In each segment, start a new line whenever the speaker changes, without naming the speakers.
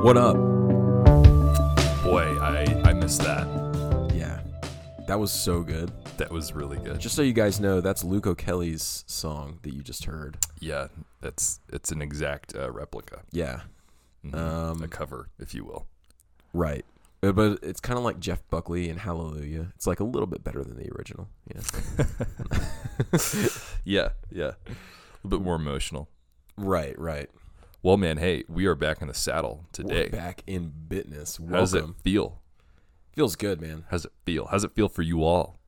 What up?
Boy, I, I missed that.
Yeah. That was so good.
That was really good.
Just so you guys know, that's Luke O'Kelly's song that you just heard.
yeah, that's it's an exact uh, replica,
Yeah.
Mhm. a
Um,
cover, if you will.
right. Uh, But it's kind of like Jeff Buckley and Hallelujah. It's like a little bit better than the original. Yeah.
Yeah, yeah, a little bit more emotional.
Right, right.
Well, man, hey, we are back in the saddle
We're
today.
back in business.
How does it
Welcome.
feel?
Feels good, man.
How's it feel? How's it feel for you all?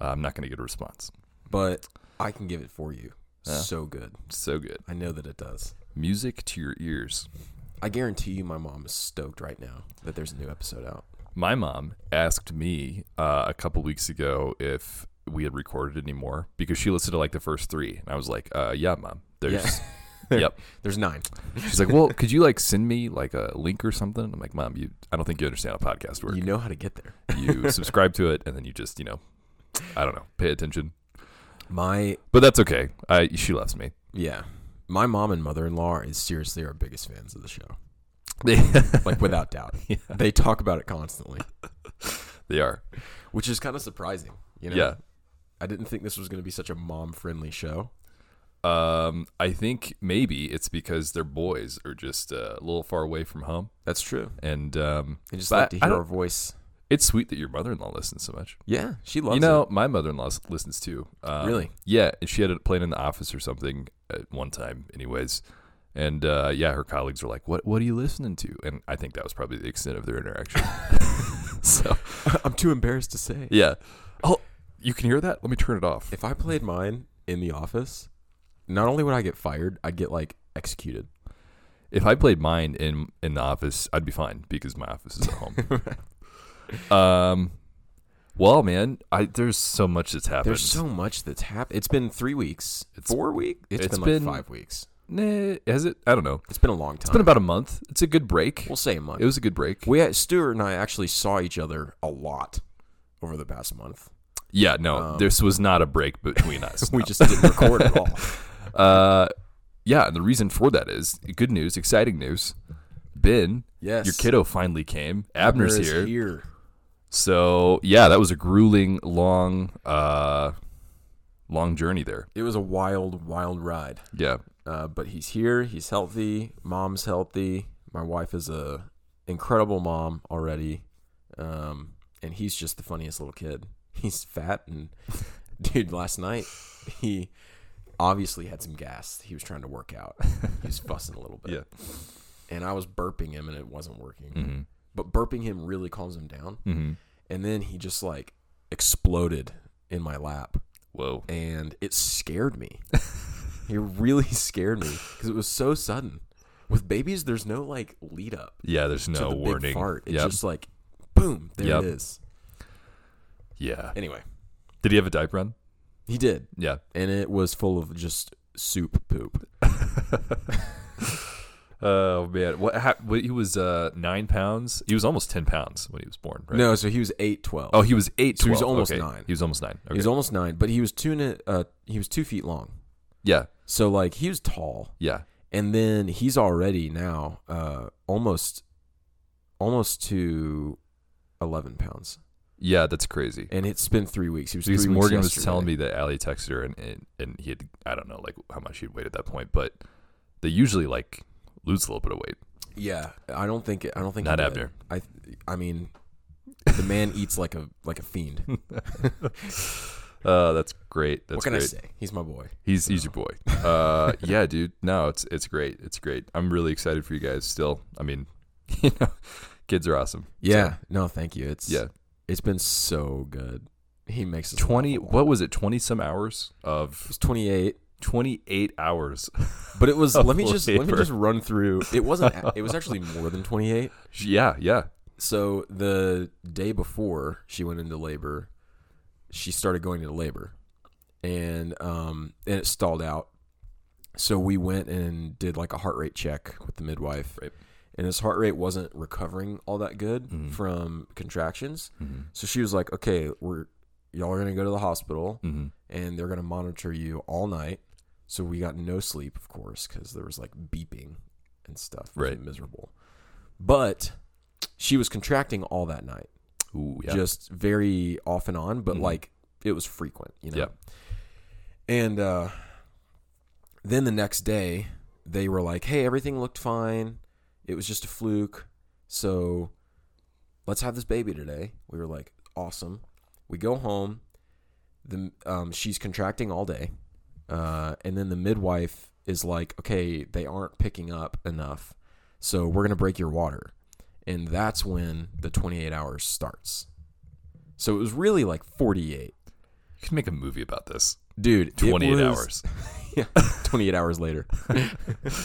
Uh, I'm not going to get a response.
But I can give it for you.
Yeah.
So good.
So good.
I know that it does.
Music to your ears.
I guarantee you my mom is stoked right now that there's a new episode out.
My mom asked me uh, a couple weeks ago if we had recorded anymore because she listened to like the first three, and I was like, uh, "Yeah, mom, there's." yep.
There's nine.
She's like, "Well, could you like send me like a link or something?" I'm like, "Mom, you, I don't think you understand how podcast works.
You know how to get there.
You subscribe to it, and then you just, you know, I don't know, pay attention."
My
But that's okay. I she loves me.
Yeah. My mom and mother in law is seriously our biggest fans of the show.
They,
Like without doubt.
Yeah.
They talk about it constantly,
they are.
which is kind of surprising, you know.
Yeah.
I didn't think this was going to be such a mom-friendly show.
Um, I think maybe it's because their boys are just uh, a little far away from home,
That's true.
and um,
They just
but
like to
I
hear
don't-
our voice.
it's sweet that your mother-in-law listens so much.
Yeah, she loves
you know, my mother-in-law s- listens too. Um,
Really?
Yeah, and she had it playing in the office or something at one time, anyways. And uh, yeah, her colleagues were like, "What? What are you listening to?" And I think that was probably the extent of their interaction. so
it. I'm too embarrassed to say.
yeah. Oh, you can hear that? Let me turn it off.
If I played mine in the office, not only would I get fired, I'd get like executed.
If I played mine in in the office, I'd be fine because my office is at home. um, well, man, I there's so much that's happened.
There's so much that's happened. It's been 3 weeks.
It's-
4 weeks?
it's
been,
been-
like 5 weeks.
Nah, has it? I don't know.
It's been a long time.
It's been about a month. It's a good break.
we'll say a month.
It was a good break.
We had, Stuart and I actually saw each other a lot over the past month.
Yeah, no,
Um,
this was not a break between us.
We just didn't record at all.
uh, yeah, and the reason for that is good news, exciting news. Ben,
Yes.
your kiddo finally came. Abner's
Whereas
here. So yeah, that was a grueling, long, uh, long journey there.
It was a wild, wild ride.
Yeah,
Uh, but he's here. He's healthy. Mom's healthy. My wife is a incredible mom already, um, and he's just the funniest little kid. He's fat and dude. Last night he obviously had some gas. He was trying to work out. He was fussing a little bit.
yeah,
and I was burping him and it wasn't working.
Mhm.
But burping him really calms him down.
hmm
And then he just like exploded in my lap
Whoa,
and it scared me. it really scared me because it was so sudden. With babies, there's no like lead up
yeah. There's
to
no
the
warning.
big fart. It's
Yep.
just like boom, there
Yep.
it is.
yeah.
Anyway,
Did he have a diaper on?
he did.
Yeah.
And it was full of just soup poop.
Oh man, what? How, what he was uh, nine pounds. He was almost ten pounds when he was born, right?
No, so he was eight twelve.
Oh, he was eight.
So he was
12.
almost
Okay.
nine.
He was almost nine. Okay.
He was almost nine, but he was two and a, uh, he was two feet long.
yeah,
So like he was tall.
yeah.
and then he's already now uh, almost almost to 11 pounds
Yeah, that's crazy.
and it's been three weeks he was
Because
three
Morgan
weeks
was
yesterday.
telling me that Allie texted her and, and, and he had, I don't know, like how much he'd weighed at that point, but they usually like lose a little bit of weight.
yeah i don't think i don't think
Not
he did.
Abner.
i i mean the man eats like a like a fiend
Uh, that's great. That's
what can
great.
i say he's my boy
He's, he's your boy. Uh, yeah, dude. No, it's, it's great. It's great. I'm really excited for you guys still. I mean, you know, kids are awesome.
yeah no thank you it's
Yeah.
it's been so good he makes us
20,
laugh a lot.
what was it? 20 some hours
it
of
was 28
28 hours.
but it was
Of
let me just let me
labor.
just run through it wasn't it was actually more than 28
yeah, yeah.
So the day before she went into labor, she started going into labor, and um, and it stalled out. So we went and did like a heart rate check with the midwife,
Right.
and his heart rate wasn't recovering all that good
Mhm.
from contractions.
Mhm.
So she was like, "Okay, we're y'all are gonna go to the hospital,
Mhm.
and they're gonna monitor you all night." So we got no sleep, of course, because there was like beeping and stuff. It was
Right.
miserable. But she was contracting all that night,
Mm-hmm. Ooh, yeah.
just very off and on, but
Mhm.
like it was frequent, you know.
Yeah.
And uh, then the next day, they were like, "Hey, everything looked fine. It was just a fluke. So let's have this baby today." We were like, "Awesome." We go home. The um, she's contracting all day, uh, and then the midwife is like, "Okay, they aren't picking up enough, so we're gonna break your water," and that's when the 28 hours starts. So it was really like 48,
You could make a movie about this.
dude. it
28
was-
hours.
yeah, 28 hours later.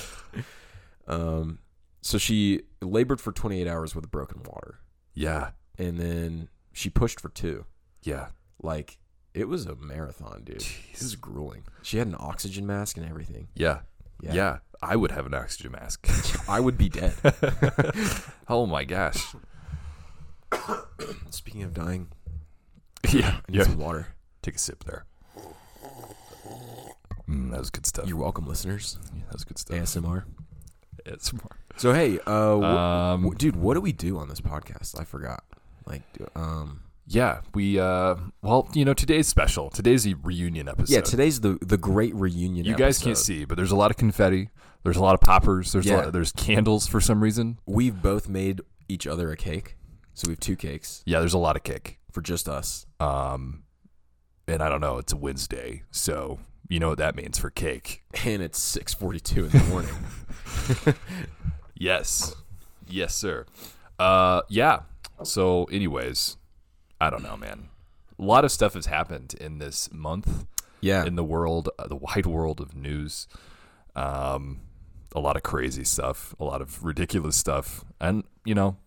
um, so she labored for 28 hours with broken water,
Yeah.
and then she pushed for two.
Yeah.
Like it was a marathon, dude. This is grueling. She had an oxygen mask and everything.
Yeah.
Yeah.
Yeah. I would have an oxygen mask.
I would be dead.
oh my gosh.
Speaking of dying,
Yeah.
I need some water.
Take a sip there. Mm, that was good stuff.
You're welcome, listeners.
Yeah, that was good stuff.
ASMR.
It's more.
So hey, uh, wh-
Um,
wh- dude, what do we do on this podcast? I forgot. Like, do- um,
Yeah, we uh well, you know, today's special. Today's a reunion episode.
yeah, today's the the great reunion.
you guys can't
episode.
see, but there's a lot of confetti. There's a lot of poppers. There's
Yeah.
a lot, there's candles for some reason.
We've both made each other a cake. So we have two cakes
Yeah, there's a lot of cake.
for just us.
Um and I don't know, it's a Wednesday, so you know what that means for cake.
And it's 6:42 in the morning.
Yes. Yes, sir. Uh yeah. So anyways, I don't know, man. A lot of stuff has happened in this month.
yeah.
in the world, uh, the wide world of news. Um, a lot of crazy stuff, a lot of ridiculous stuff, and you know,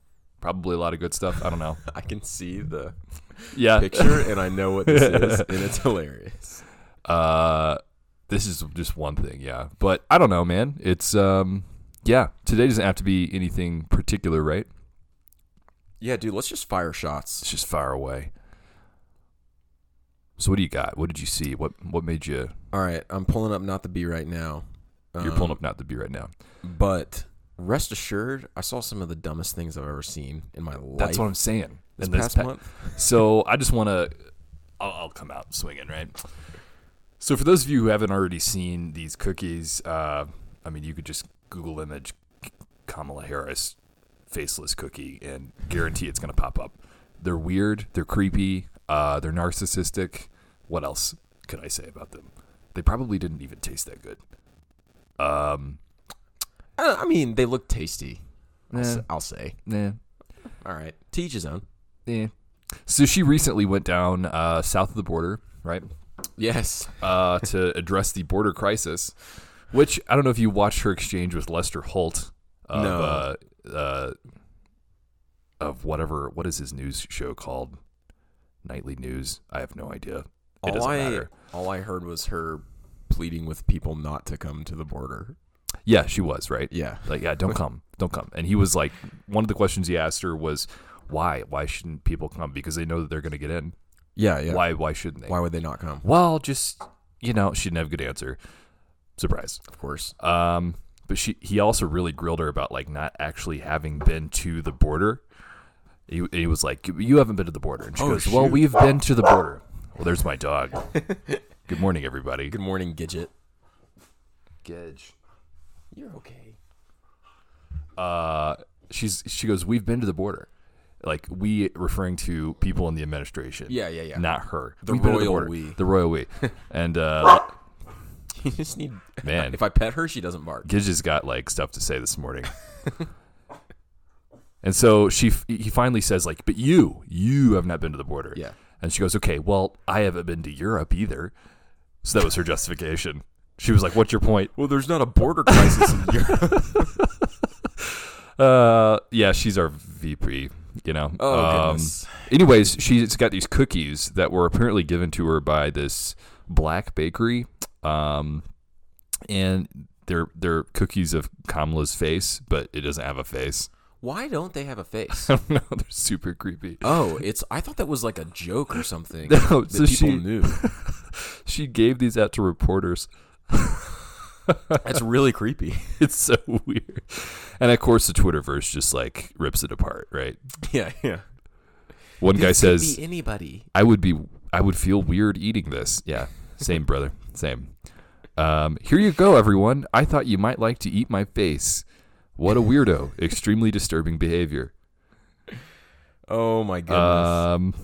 probably a lot of good stuff. I don't know.
I can see the
Yeah.
picture and I know what this is and it's hilarious.
Uh, this is just one thing. Yeah, but I don't know, man. It's um, yeah. Today doesn't have to be anything particular, right?
Yeah, dude, let's just fire shots.
It's just far away. So what do you got? What did you see? What what made you?
All right, I'm pulling up not the B right now.
You're
Um,
pulling up not to be right now.
But rest assured, I saw some of the dumbest things I've ever seen in my life.
That's what I'm saying.
this
In
past
pa-
month.
So I just want to, I'll, I'll come out swinging, right? So for those of you who haven't already seen these cookies, uh, I mean, you could just Google image Kamala Harris faceless cookie and guarantee it's going to pop up. They're weird. They're creepy. Uh, they're narcissistic. What else could I say about them? They probably didn't even taste that good. Um,
Uh, I, I mean, they look tasty. I'll, s-
Eh.
I'll say.
nah,
All right. To each his own.
eh. So she recently went down uh, south of the border, right?
Yes.
uh, to address the border crisis, which I don't know if you watched her exchange with Lester Holt of, uh, uh, of whatever, what is his news show called? Nightly News. I have no idea. It
all
doesn't
I
matter.
all I heard was her pleading with people not to come to the border.
Yeah, she was, right?
Yeah.
Like, yeah, don't come. Don't come. And he was like, one of the questions he asked her was, why? Why shouldn't people come? Because they know that they're going to get in.
Yeah, yeah. Why,
Why? Why shouldn't they?
would they not come?
Well, just, you know, she didn't have a good answer. Surprise.
Of course.
Um, but she he also really grilled her about like not actually having been to the border. He, he was like, "You haven't been to the border," and she
Oh,
goes, "Well,
shoot.
we've been to the border." Well, there's my dog. Good morning, everybody.
Good morning, Gidget.
Gedge.
You're okay.
Uh, she's she goes, "We've been to the border," like we referring to people in the administration.
Yeah, yeah, yeah.
Not her.
The
We've been to
royal
border.
we.
The royal we. and uh,
You just need
man,
If I pet her, she doesn't bark.
Gidget's got like stuff to say this morning. and so she f- he finally says like, "But you, you have not been to the border."
Yeah.
And she goes, "Okay, well, I haven't been to Europe either." So that was her justification. She was like, "What's your point?"
Well, there's not a border crisis in Europe.
Uh, yeah, she's our VP, you know.
Oh,
um,
goodness.
anyways, she's got these cookies that were apparently given to her by this black bakery. Um, and they're they're cookies of Kamala's face, but it doesn't have a face.
Why don't they have a face?
I don't know. They're super creepy.
Oh, it's. I thought that was like a joke or something.
No,
that people
so she-
knew.
She gave these out to reporters.
That's really creepy.
it's so weird. And of course, the Twitterverse just like rips it apart, right?
yeah, yeah.
One guy says,
be anybody.
I would be I would feel weird eating this. Yeah. Same brother. Same. Um, here you go, everyone. I thought you might like to eat my face. What a weirdo. Extremely disturbing behavior.
Oh my goodness.
Um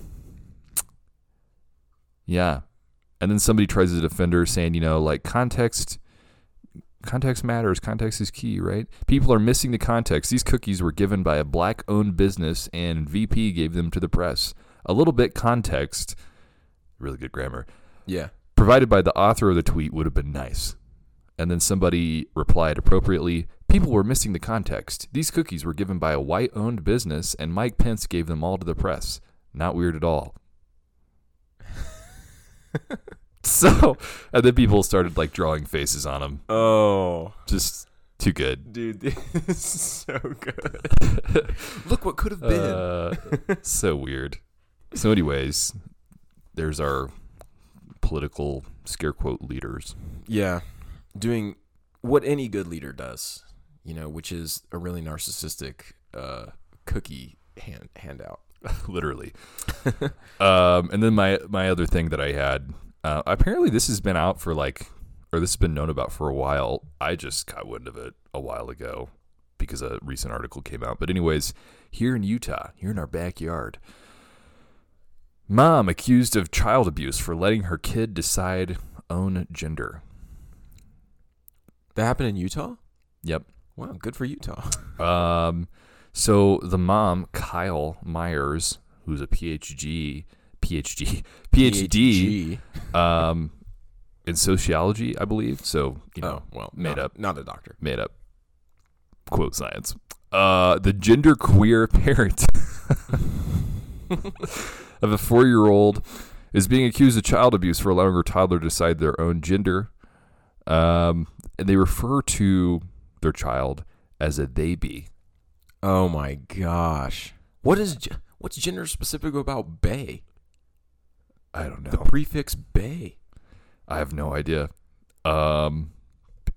Yeah. And then somebody tries to defend her saying, you know, like context context matters, context is key, right? People are missing the context. These cookies were given by a black owned business and VP gave them to the press. A little bit context. Really good grammar
yeah.
provided by the author of the tweet would have been nice. And then somebody replied appropriately People were missing the context. These cookies were given by a white owned business, and Mike Pence gave them all to the press. Not weird at all. so, and then people started like drawing faces on him.
Oh,
Just too good.
dude, this is so good. Look what could have been.
Uh, so weird. So, anyways, there's our political scare quote leaders.
yeah, doing what any good leader does, you know, which is a really narcissistic uh, cookie hand handout.
literally. um, and then my my other thing that I had uh, apparently this has been out for like, or this has been known about for a while. I just got wind of it a while ago because a recent article came out. But anyways, here in Utah, here in our backyard, mom accused of child abuse for letting her kid decide own gender.
That happened in Utah.
Yep.
Wow, good for Utah.
Um, so the mom, Kyle Myers, who's a PhD, PhD, PhD,
PhD.
um, in sociology, I believe. So you know,
oh well,
made
not-
up.
Not a doctor.
made up quote science. Uh, the gender queer parent of a four-year-old is being accused of child abuse for allowing her toddler to decide their own gender. Um, and they refer to their child as a they be.
Oh my gosh, what is ge- what's gender specific about bay?
I don't know.
The prefix bay.
I have no idea. Um,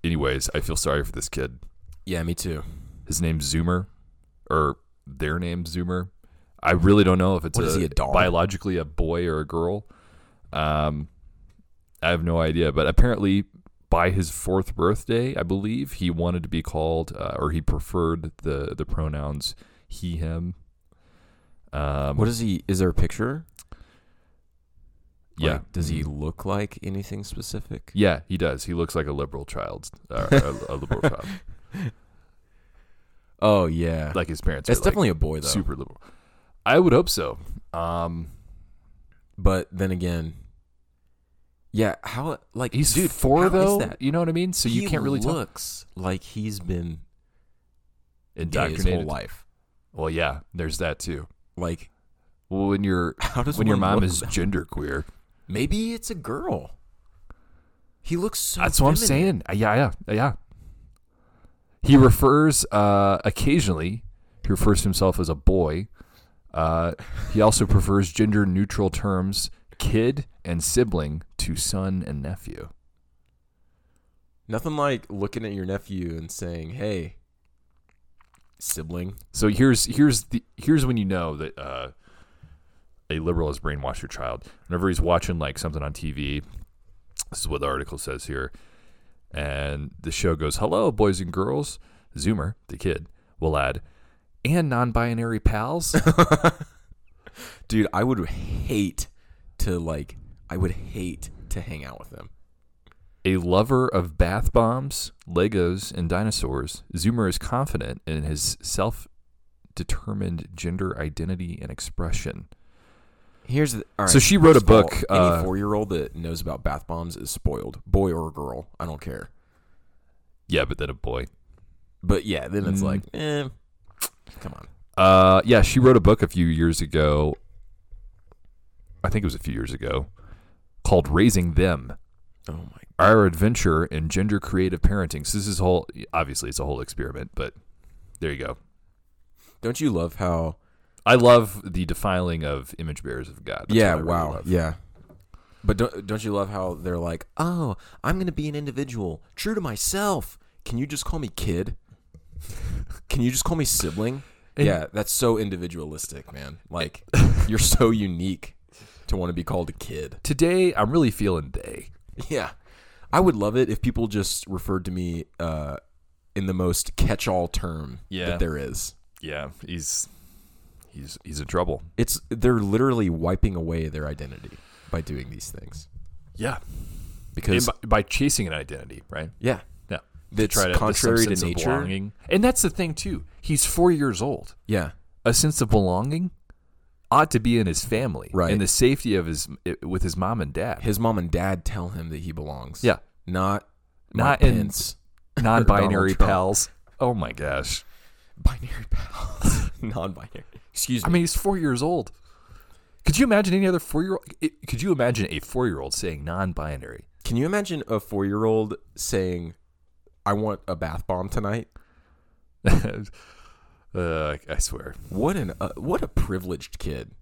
anyways, I feel sorry for this kid.
Yeah, me too.
His name's Zoomer, or their name's Zoomer. I really don't know if it's
What is he, a dog?
biologically a boy or a girl. Um, I have no idea. But apparently, by his fourth birthday, I believe he wanted to be called, uh, or he preferred the the pronouns he him. Um,
What is he? Is there a picture?
yeah, Mm-hmm.
Like, does he look like anything specific?
Yeah, he does. He looks like a liberal child, uh, a, a liberal child.
Oh yeah,
Like his parents.
that's
are, like,
definitely a boy though.
super liberal. I would hope so. Um,
But then again, yeah, how like
he's
dude, how
four
is
though.
that?
You know what I mean? So
He
you can't really tell.
looks like he's been gay his whole
Indoctrinated.
life.
Well, yeah, there's that too.
Like
Well, when you
how does
when your
one
mom
look
is
that-
genderqueer,
maybe it's a girl. He looks so.
that's what I'm
feminine.
saying. Uh, Yeah, yeah, uh, yeah. He refers uh, occasionally. He refers to himself as a boy. Uh, he also prefers gender neutral terms, kid and sibling, to son and nephew.
Nothing like looking at your nephew and saying, "Hey, sibling."
So here's here's the here's when you know that uh, a liberal has brainwashed your child. Whenever he's watching like something on TV, this is what the article says here, and the show goes, "Hello, boys and girls." Zoomer, the kid, will add, "and non-binary pals."
Dude, I would hate to like. I would hate to hang out with them.
A lover of bath bombs, Legos, and dinosaurs, Zoomer is confident in his self determined gender identity and expression.
Here's the, all right.
So she wrote a
First of all,
book,
any
uh,
four year old that knows about bath bombs is spoiled, boy or girl. I don't care.
Yeah, but then a boy.
But yeah, then it's
Mm.
like, eh, come on.
Uh, yeah, she wrote a book a few years ago. I think it was a few years ago, called "Raising Them:
Oh my.
Our Adventure in Gender Creative Parenting." So this is whole. Obviously, it's a whole experiment, but there you go.
Don't you love how?
I love the defiling of image bearers of God. That's
yeah.
what I really
wow.
love.
yeah. But don't don't you love how they're like, "Oh, I'm going to be an individual, true to myself. Can you just call me kid? Can you just call me sibling?"
And-
yeah, that's so individualistic, man. Like you're so unique to want to be called a kid.
Today, I'm really feeling they.
Yeah. I would love it if people just referred to me uh, in the most catch-all term
Yeah.
that there is.
Yeah, he's he's he's in trouble.
It's they're literally wiping away their identity by doing these things
Yeah,
because
by, by chasing an identity, right?
yeah,
Yeah,
that's
try to this
contrary to
sense of
nature.
belonging. and that's the thing too. He's four years old.
yeah,
A sense of belonging ought to be in his family,
Right.
In the safety of his with his mom and dad.
his mom and dad tell him that he belongs.
yeah,
not
Not
my
in-
pence.
non-binary
Donald Trump.
pals. Oh my gosh!
binary pals, non-binary. Excuse
I
me.
mean, he's four years old. Could you imagine any other four-year-old? Could you imagine a four-year-old saying non-binary?
Can you imagine a four-year-old saying, "I want a bath bomb tonight"?
uh, I swear.
What an uh, what a privileged kid.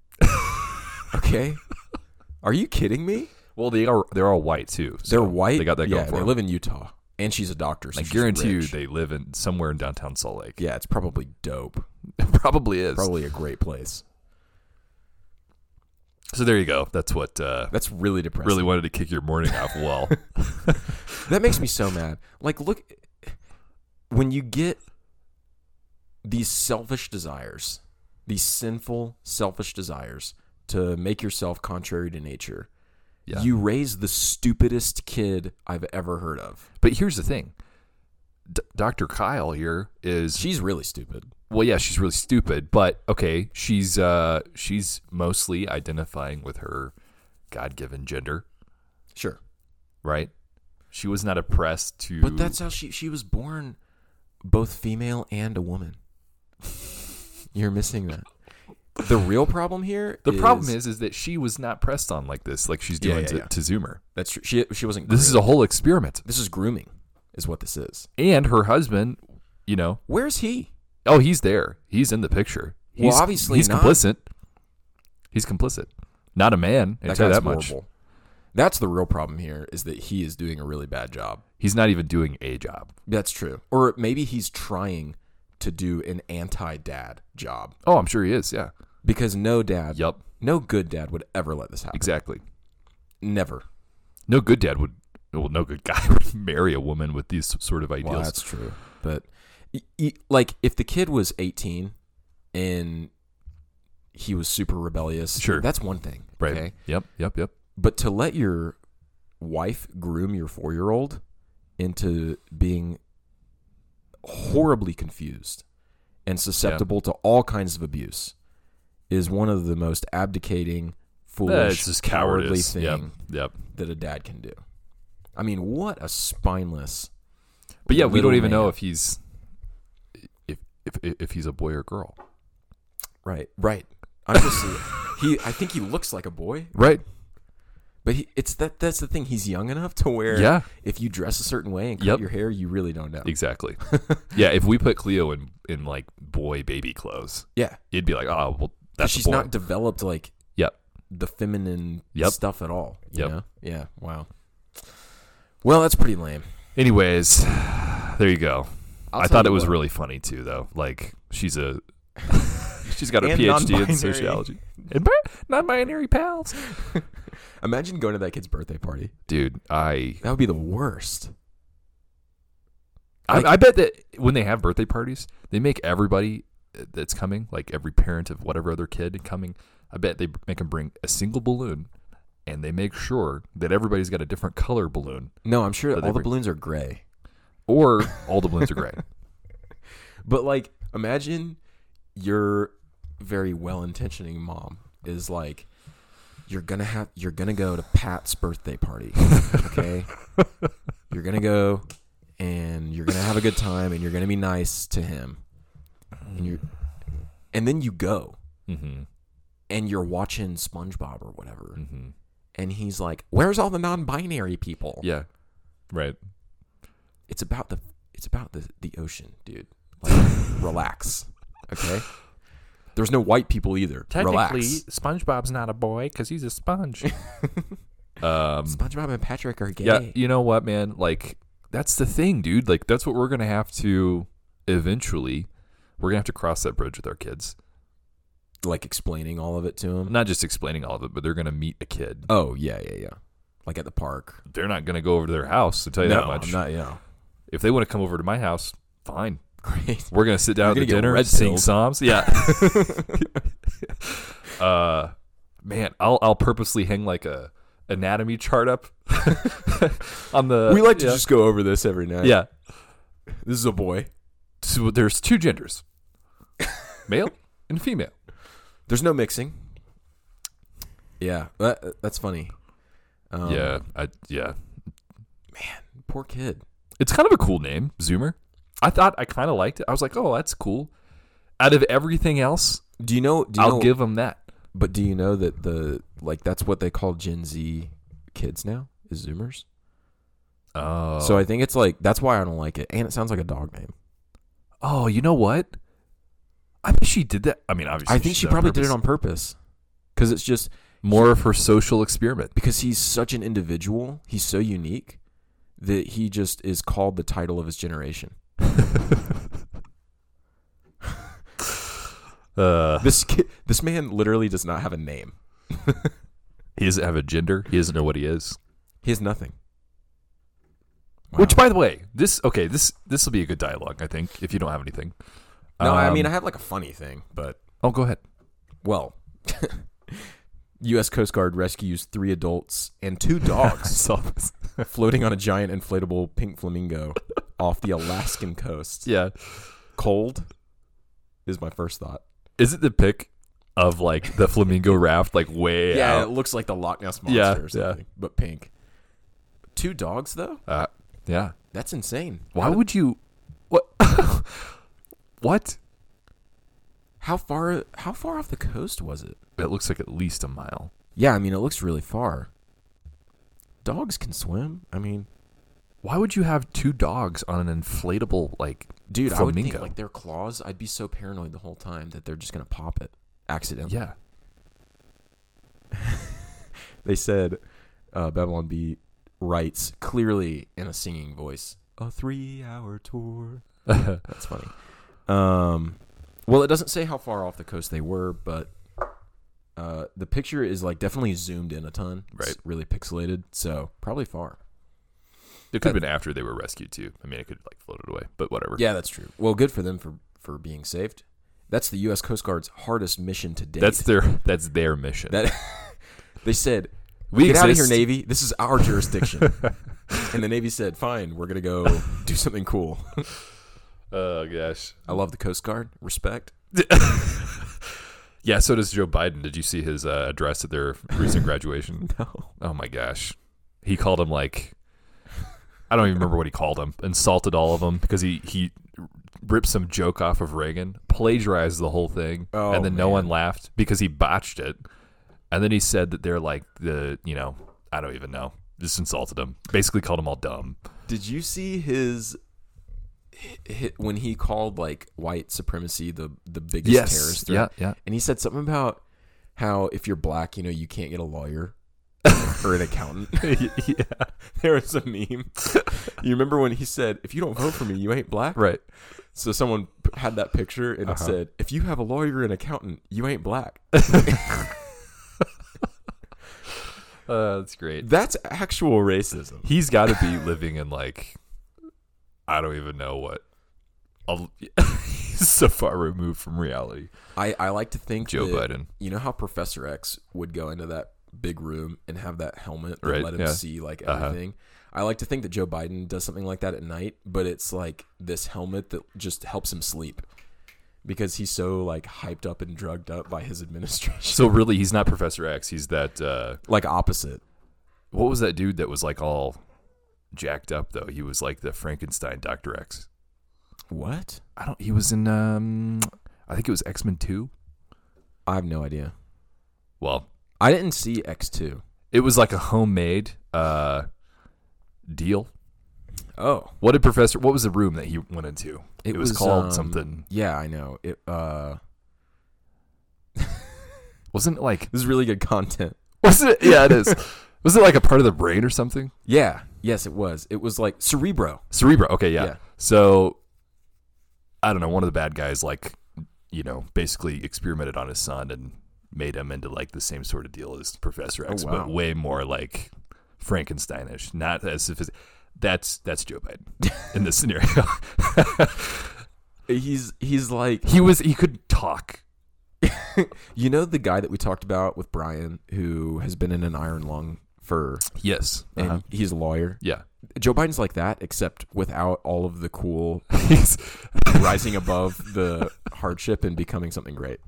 okay, are you kidding me?
Well, they are they're all white too. so
They're white.
They got that
yeah,
going for
they
them.
live in Utah, and she's a doctor. So
I
she's
guarantee you,
rich.
they live in somewhere in downtown Salt Lake.
yeah, it's probably dope.
It probably is.
Probably a great place.
So there you go. That's what uh,
That's really depressing.
really wanted to kick your morning off. Well,
That makes me so mad. Like, look, when you get these selfish desires, these sinful, selfish desires to make yourself contrary to nature,
Yeah.
you raise the stupidest kid I've ever heard of.
but here's the thing. D- Dr. Kyle here is
She's really stupid.
well, yeah, she's really stupid, but okay, she's uh, she's mostly identifying with her God-given gender,
Sure.
right? She was not oppressed to.
But that's how she she was born both female and a woman. You're missing that. The real problem here
the problem is is that she was not pressed on like this, like she's
Yeah,
doing
yeah,
to,
yeah.
to Zoomer.
that's true. She she wasn't
This is a whole experiment,
this is grooming is what this is.
and her husband, you know,
Where's he?
Oh, he's there. He's in the picture.
Well,
He's,
obviously
he's
not.
complicit. He's complicit. Not a man. I
That
tell you
guy's
that much.
horrible. That's the real problem here is that he is doing a really bad job.
He's not even doing a job.
That's true. Or maybe he's trying to do an anti-dad job
Oh, I'm sure he is. Yeah.
because no dad,
Yup.
no good dad would ever let this happen.
Exactly.
Never.
No good dad would. Well, no good guy would marry a woman with these sort of ideals.
Well, that's true. But y- y- like if the kid was 18 and he was super rebellious,
Sure.
that's one thing.
right.
Okay?
Yep. Yep. Yep.
But to let your wife groom your four year old into being horribly confused and susceptible to all kinds of abuse is one of the most abdicating, foolish,
Eh, it's just
cowardly
cowardice.
thing
Yep. Yep.
that a dad can do. I mean, what a spineless.
But yeah, we
Little
don't even know
man.
if he's if if if he's a boy or girl.
Right, right. I'm just he. I think he looks like a boy,
Right.
but he, it's that. That's the thing. He's young enough to where
Yeah.
if you dress a certain way and cut
Yep.
your hair, you really don't know.
Exactly. yeah. If we put Cleo in in like boy baby clothes,
Yeah,
you'd be like, oh well,
'cause
that's a
she's
boy.
not developed like
Yep.
the feminine
Yep.
stuff at all. You
Yep.
know? Yeah. Wow. Well, that's pretty lame.
Anyways, there you go.
I'll
I
tell
thought
you
it was
what.
really funny too, though. Like she's a she's got her
And
PhD in
non-binary.
sociology and bi- non-binary pals.
Imagine going to that kid's birthday party.
Dude, I,
That would be the worst.
I I bet that when they have birthday parties, they make everybody that's coming, like every parent of whatever other kid coming, I bet they make them bring a single balloon, and they make sure that everybody's got a different color balloon,
No, I'm sure
But they
all the
bring-
balloons are gray.
or all the balloons are gray.
But like, imagine your very well-intentioning mom is like, "You're gonna have, you're gonna go to Pat's birthday party, okay? you're gonna go, and you're gonna have a good time, and you're gonna be nice to him, and you, and then you go,
Mm-hmm.
and you're watching SpongeBob or whatever,
Mm-hmm.
and he's like, "Where's all the non-binary people?
Yeah, right.
It's about the, it's about the the ocean, dude. Like, relax, okay." There's no white people either.
Technically,
Relax.
SpongeBob's not a boy because he's a sponge. Um,
SpongeBob and Patrick are gay.
yeah, you know what, man? Like that's the thing, dude. Like that's what we're gonna have to eventually. We're gonna have to cross that bridge with our kids.
Like explaining all of it to him.
Not just explaining all of it, but they're gonna meet a kid.
Oh yeah, yeah, yeah. Like at the park.
They're not gonna go over to their house. To tell you that
No,
much.
Not yeah.
If they want to come over to my house, fine.
Great.
We're gonna sit down
You're gonna
at
get
dinner,
red
sing
pilled.
psalms. Yeah. uh, man, I'll I'll purposely hang like a anatomy chart up on the.
we like to
yeah.
just go over this every night.
yeah.
This is a boy.
So there's two genders, male and female.
There's no mixing. Yeah, that, that's funny. Um,
yeah, I, yeah.
Poor kid.
It's kind of a cool name, Zoomer. I thought I kind of liked it. I was like, oh, that's cool. Out of everything else,
Do you know? Do you
I'll
know,
give them that.
But do you know that the like that's what they call Gen Z kids now is Zoomers.
Oh,
So I think it's like that's why I don't like it, and it sounds like a dog name.
oh, you know what? I bet she did that. I mean, obviously,
I think she
did
probably did
purpose.
it on purpose because it's just
more of her social experiment.
because he's such an individual, he's so unique that he just is called the title of his generation.
Uh,
This kid, this man literally does not have a name.
he doesn't have a gender. He doesn't know what he is.
He has nothing. Wow.
Which, by the way, this okay. This this will be a good dialogue, I think. If you don't have anything,
no, I mean I
Um,
have like a funny thing, but
oh, go ahead.
well, U.S. Coast Guard rescues three adults and two
I
dogs
saw this.
floating on a giant inflatable pink flamingo off the Alaskan coast.
yeah,
Cold is my first thought.
is it the pic of like the flamingo raft, like way
Yeah, it
out?
looks like the Loch Ness monster
Yeah,
or something, but pink. Two dogs though?
Uh, yeah.
That's insane.
Why
how,
would you? What? what?
how far how far off the coast was it?
It looks like at least a mile.
Yeah, I mean it looks really far. Dogs can swim. I mean,
Why would you have two dogs on an inflatable like?
dude, I would
Flamingo.
think like their claws, I'd be so paranoid the whole time that they're just going to pop it accidentally.
Yeah.
They said uh, Babylon B writes clearly in a singing voice. A 3-hour tour. That's funny. Um, well, it doesn't say how far off the coast they were, but uh, the picture is like definitely zoomed in a ton. It's
Right.
really pixelated, so probably far.
It could have been after they were rescued too. I mean, it could have, like floated away, but whatever.
Yeah, that's true. Well, good for them for for being saved. That's the U.S. Coast Guard's hardest mission to date.
that's their that's their mission.
that. they said,
We
"Get out of here,
exist."
Navy. This is our jurisdiction." and the Navy said, "Fine, we're gonna go do something cool."
oh gosh.
I love the Coast Guard. Respect.
Yeah. So does Joe Biden. Did you see his uh, address at their recent graduation?
No.
Oh my gosh. He called him like I don't even remember what he called him. Insulted all of them because he he ripped some joke off of Reagan, plagiarized the whole thing,
Oh,
and then no
man.
one laughed because he botched it. And then he said that they're like the you know I don't even know. Just insulted him. Basically called him all dumb.
Did you see his, hi when he called like white supremacy the the biggest terrorist threat?
Yeah. Yeah.
And he said something about how if you're black, you know, you can't get a lawyer or an accountant.
yeah.
there was a meme. you remember when he said, "If you don't vote for me, you ain't black."
Right. Uh-huh.
So someone p- had that picture and it said, "If you have a lawyer and accountant, you ain't black."
Uh, that's great.
That's actual racism.
He's got to be living in like I don't even know what. A, he's so far removed from reality.
I I like to think
Joe
that-
Biden.
You know how Professor X would go into that big room and have that helmet that
Right,
let him
yeah.
see like
Uh-huh.
everything. I like to think that Joe Biden does something like that at night, but it's like this helmet that just helps him sleep because he's so like hyped up and drugged up by his administration.
So really, he's not Professor X. He's that. Uh,
Like opposite.
what was that dude that was like all jacked up though? He was like the Frankenstein Doctor X.
What?
I don't. He was in. Um, I think it was X Men Two.
I have no idea.
Well,
I didn't see X2.
it was like a homemade uh, deal.
Oh,
What did Professor? What was the room that he went into?
It
It, was,
was,
called
um,
something.
yeah, I know. It uh
Wasn't it like
this is really good content.
Was it? Yeah, it is. Was it like a part of the brain or something?
Yeah. Yes, it was. It was like Cerebro.
Cerebro. Okay, yeah.
Yeah.
So I don't know. One of the bad guys, like you know, basically experimented on his son and made him into like the same sort of deal as Professor X,
wow.
but way more like Frankensteinish. Not as if that's that's Joe Biden in this scenario.
He's he's like
he was he could talk.
you know the guy that we talked about with Brian who has been in an iron lung for
Yes.
and
Uh-huh.
he's a lawyer.
Yeah.
Joe Biden's like that except without all of the cool
He's
rising above the hardship and becoming something great.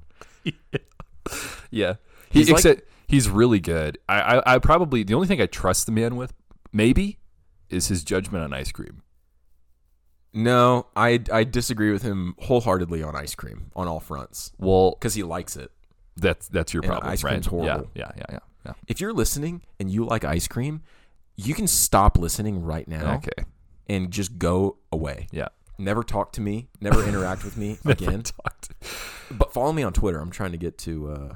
Yeah. He,
He's like-
except he's really good. I, I I probably the only thing I trust the man with maybe is his judgment on ice cream.
No, I I disagree with him wholeheartedly on ice cream on all fronts
Well,
cuz he likes it.
That's that's your
And
problem,
ice
right?
cream's horrible.
Yeah, yeah, yeah, yeah.
If you're listening and you like ice cream, you can stop listening right
yeah.
now
Okay.
and just go away.
Yeah.
Never talk to me, never interact with me again.
Talked.
But follow me on Twitter. I'm trying to get to uh,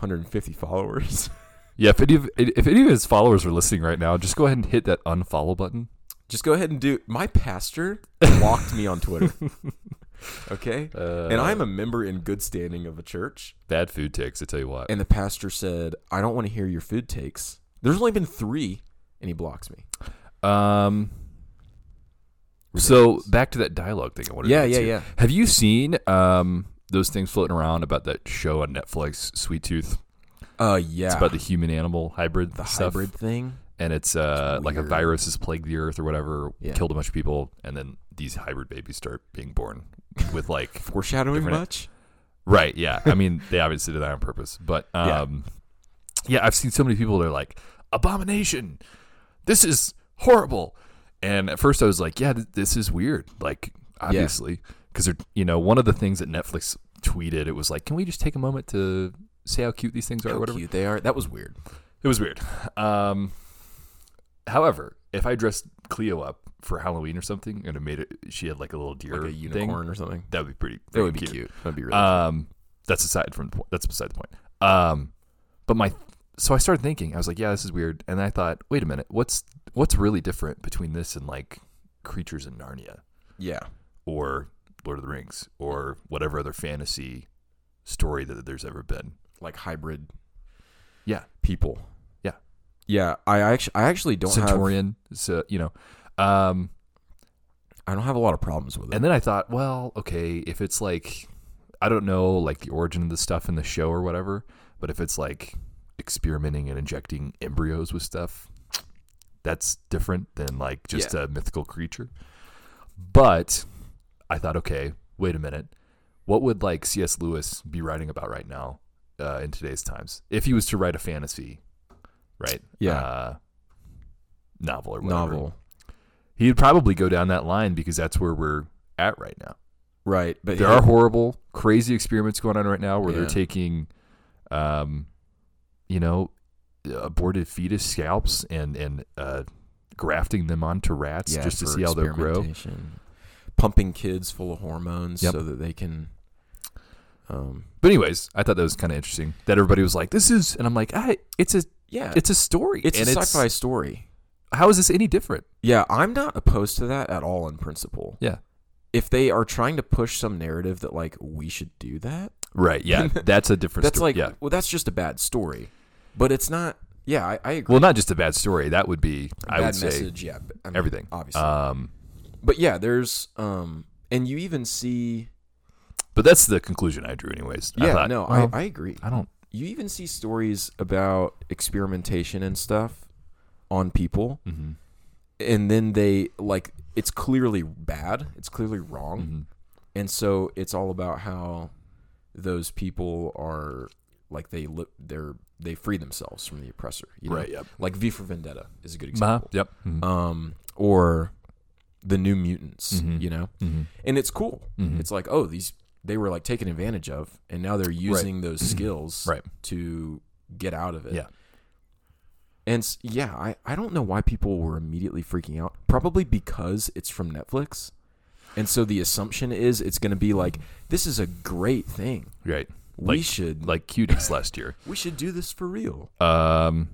150 followers.
Yeah, if any of if any of his followers are listening right now, just go ahead and hit that unfollow button.
Just go ahead and do. My pastor blocked me on Twitter. Okay,
Uh,
and I'm a member in good standing of a church.
bad food takes. I tell you what.
And the pastor said, "I don't want to hear your food takes." There's only been three, and he blocks me.
Um. So back to that dialogue thing. I wanted
Yeah,
to get
yeah,
to.
yeah.
Have you seen um those things floating around about that show on Netflix, Sweet Tooth?
Uh, yeah,
It's about the human animal hybrid
the
stuff.
hybrid thing.
and it's uh
It's
like a
weird.
virus has plagued the earth or whatever,
Yeah.
killed a bunch of people, and then these hybrid babies start being born with like
Foreshadowing
Different-
much?
right, yeah. I mean, they obviously did that on purpose, but
Yeah.
um, yeah. I've seen so many people that are like abomination. This is horrible. And at first, I was like, yeah, th- this is weird. Like obviously, because they're you know one of the things that Netflix tweeted, it was like, can we just take a moment to say how cute these things are or
How
whatever.
cute they are. That was weird.
It was weird. Um, however, if I dressed Cleo up for Halloween or something and it made it, she had like a little deer
Like a
thing,
unicorn or something.
that would be pretty.
That
freaking
would be cute. Uh, That'd be really.
Um, that's aside from the point. That's beside the point. Um, but my so I started thinking. I was like, yeah, this is weird. And I thought, wait a minute, what's what's really different between this and like creatures in Narnia
cute. yeah,
or Lord of the Rings or whatever other fantasy story that there's ever been?
like hybrid
Yeah,
people.
Yeah.
yeah. I actually, I actually don't have.
Centaurian. So you know. Um,
I don't have a lot of problems with it.
And then I thought, well, okay, if it's like, I don't know, like the origin of the stuff in the show or whatever, but if it's like experimenting and injecting embryos with stuff, that's different than like just a mythical creature. But I thought, okay, wait a minute. What would like C.S. Lewis be writing about right now uh, in today's times if he was to write a fantasy, right?
Yeah.
Uh, novel or whatever.
novel,
He'd probably go down that line because that's where we're at right now
right? But
there
he-
are horrible, crazy experiments going on right now where
Yeah.
they're taking, um, you know, aborted fetus scalps and and uh, grafting them onto rats
yeah,
just to
for
see how they'll grow.
experimentation. Pumping kids full of hormones
Yep.
so that they can. Um,
But anyways, I thought that was kind of interesting that everybody was like, "This is," and I'm like, "I, it's a,
yeah, Uh, it's,
it's a story. and
a sci-fi story.
How is this any different?"
Yeah, I'm not opposed to that at all in principle.
Yeah.
If they are trying to push some narrative that like we should do that,
Right. Yeah. that's a different.
that's
story.
like
yeah.
well, that's just a bad story. But it's not. Yeah, I, I agree.
Well, not just a bad story. That would be, I
bad
would say,
message. yeah, but, I mean,
everything.
obviously.
Um,
but yeah, there's um, and you even see.
but that's the conclusion I drew, anyways. I
Yeah,
thought,
no,
well,
I, I agree.
I don't.
you even see stories about experimentation and stuff on people
mhm,
and then they like it's clearly bad it's clearly wrong
mhm.
and so it's all about how those people are like they li- they're they free themselves from the oppressor you know?
Right. Yep.
like v for vendetta is a good
Uh-huh,
example
Yep. Mhm.
um or the new mutants
Mhm.
you know
Mhm.
and it's cool
Mhm.
it's like oh these they were like taken advantage of and now they're using those skills
Mm-hmm. Right.
to get out of it
Yeah.
and s- yeah I, I don't know why people were immediately freaking out probably because it's from netflix and so the assumption is it's going to be like this is a great thing
Right.
we
Like- uh,
should
Like cuties last year.
we should do this for real
Um,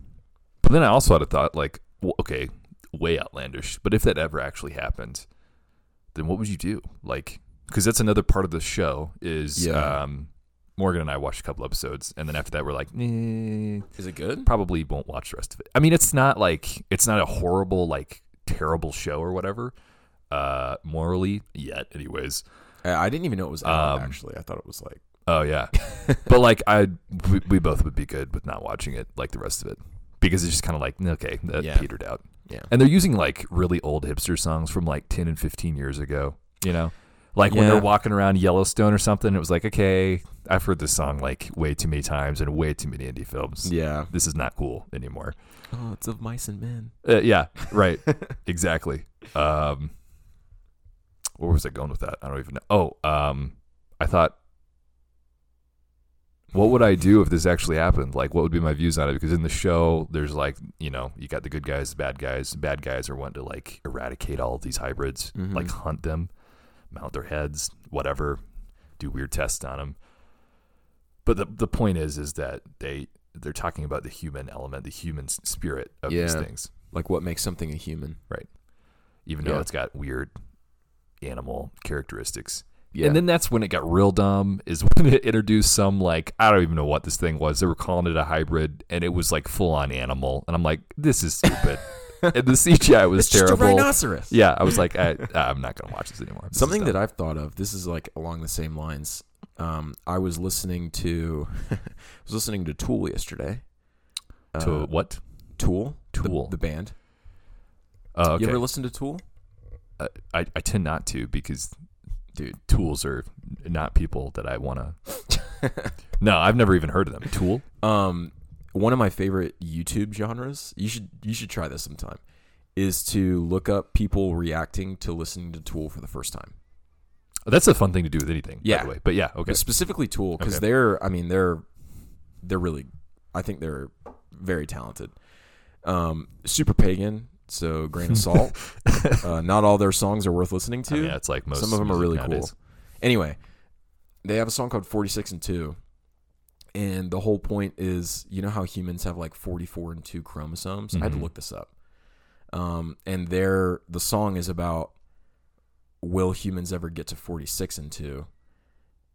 But then I also had a thought like, well, okay, way outlandish. But if that ever actually happened, then what would you do? Like, because that's another part of the show is
Yeah.
um, Morgan and I watched a couple episodes, and then after that we're like, eh,
Is it good?
probably won't watch the rest of it. I mean, it's not like it's not a horrible like terrible show or whatever. Uh, morally yet, anyways.
I, I didn't even know it was out.
Um,
actually, I thought it was like
Oh yeah, but like I, we, we both would be good with not watching it like the rest of it because it's just kind of like okay, that
Yeah.
petered out.
Yeah.
and they're using like really old hipster songs from like ten and fifteen years ago. You know, like when
Yeah.
they're walking around Yellowstone or something, it was like okay, I've heard this song like way too many times in way too many indie films.
yeah.
This is not cool anymore.
Oh, it's of mice and men.
Uh, yeah, right, exactly. Um, where was I going with that? I don't even know. Oh, um, I thought, what would I do if this actually happened? Like, what would be my views on it? Because in the show, there's like, you know, you got the good guys, the bad guys. The bad guys are wanting to like eradicate all of these hybrids,
Mhm.
like hunt them, mount their heads, whatever, do weird tests on them. But the the point is, is that they they're talking about the human element, the human s- spirit of these
Yeah.
things
Like what makes something a human?
even though
Yeah.
it's got weird animal characteristics.
Yeah.
And then that's when it got real dumb is when it introduced some like I don't even know what this thing was. They were calling it a hybrid and it was like full on animal and I'm like this is stupid. and the CGI was
it's just a
terrible.
rhinoceros.
yeah, I was like I uh, I'm not going to watch this anymore. This is
Something that
dumb.
I've thought of. This is like along the same lines. Um, I was listening to, I was listening to Tool yesterday. Uh,
to what?
Tool, the-
Tool.
the, band.
Oh, okay.
You ever listen to Tool?
Uh, I I tend not to because
Dude.
tools are not people that I want to No, I've never even heard of them. Tool?
Um, one of my favorite YouTube genres. You should you should try this sometime. Is to look up people reacting to listening to Tool for the first time.
That's a fun thing to do with anything, by
Yeah.
the way. But yeah, okay.
But specifically Tool because
Okay.
they're I mean they're they're really I think they're very talented. Um, super pagan, so grain of salt. uh, not all their songs are worth listening to.
I mean, that's like most
Some of them are
music
really
nowadays.
cool. Anyway, they have a song called 46 and 2. And the whole point is, you know how humans have like 44 and 2 chromosomes? I had to
Mhm.
look this up. Um, and their the song is about will humans ever get to 46 and 2?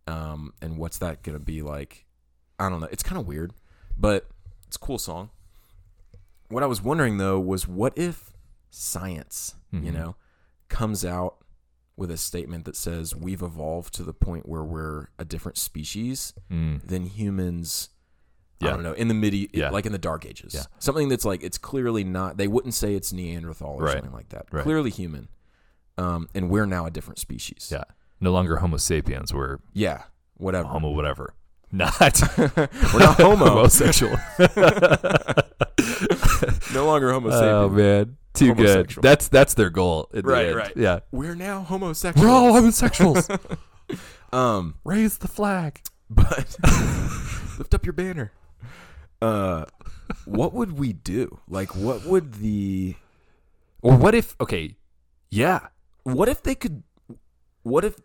Um, and what's that going to be like? I don't know. It's kind of weird, but it's a cool song. What I was wondering though was what if science, you
Mhm.
know, comes out with a statement that says we've evolved to the point where we're a different species
Mm.
than humans. I
Yeah.
don't know in the midi,
Yeah.
like in the Dark Ages,
Yeah.
something that's like it's clearly not. They wouldn't say it's Neanderthal or
Right.
something like that.
Right.
Clearly human, um, and we're now a different species.
Yeah. Oh. No longer Homo sapiens. We're
yeah, whatever.
Homo whatever. Not
We're not Homo.
homosexual.
no longer Homo
oh
sapien.
man, too good.
Homosexual.
That's that's their goal. at the
Right,
end.
right.
Yeah.
We're now
We're
homosexual.
all homosexuals.
Um,
Raise the flag.
but lift up your banner. Uh, what would we do? Like, what would the
Or what if? Okay. Yeah.
what if they could? What if,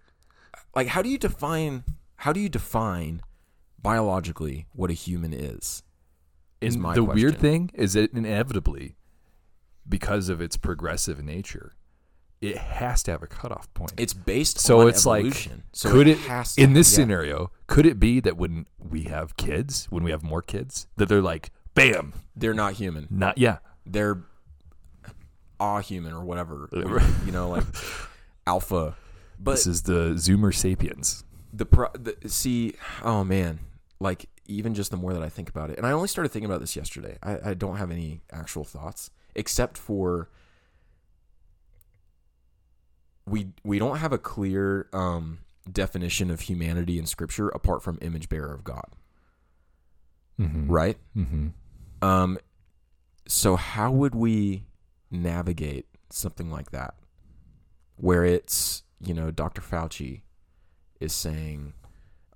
like, how do you define? How do you define biologically what a human is? Is
And
my
the weird
question.
thing is it inevitably, because of its progressive nature, it has to have a cutoff point.
It's based
So
on
it's
evolution.
like,
so
could it,
has
in this
yeah.
scenario, could it be that when we have kids, when we have more kids, that they're like, bam,
they're not human?
not yeah,
They're ah human or whatever. you know, like alpha. But
this is the Zoomer sapiens.
the, pro- the see oh man like even just the more that i think about it and i only started thinking about this yesterday i, I don't have any actual thoughts except for we we don't have a clear um definition of humanity in scripture apart from image bearer of god
Mm-hmm.
right
Mm-hmm.
um so how would we navigate something like that where it's you know dr fauci is saying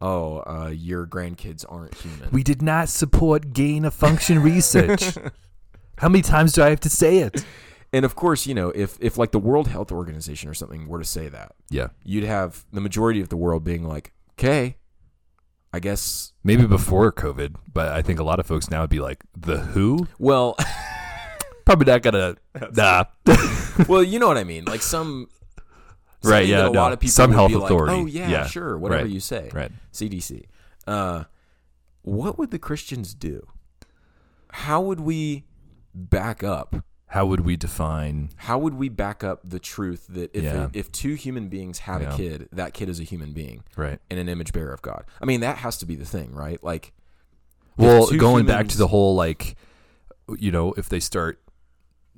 oh uh, your grandkids aren't human
We did not support gain of function research. How many times do I have to say it?
and of course you know if if like the world health organization or something were to say that
Yeah,
you'd have the majority of the world being like okay i guess
maybe before COVID, but I think a lot of folks now would be like, the who?
well
probably not gonna. Nah,
well, you know what I mean. Like some,
Right,
something
yeah,
that a
no.
lot of people
Some
would
health
be like,
authority.
oh yeah,
Yeah,
sure, whatever
right,
you say.
right.
CDC. Uh, what would the Christians do? How would we back up?
How would we define?
How would we back up the truth that if
Yeah.
if two human beings have
Yeah.
a kid, that kid is a human being
Right.
and an image bearer of God? I mean, that has to be the thing, right? Like, if
Well,
two
going back
humans-
to the whole like, you know, if they start,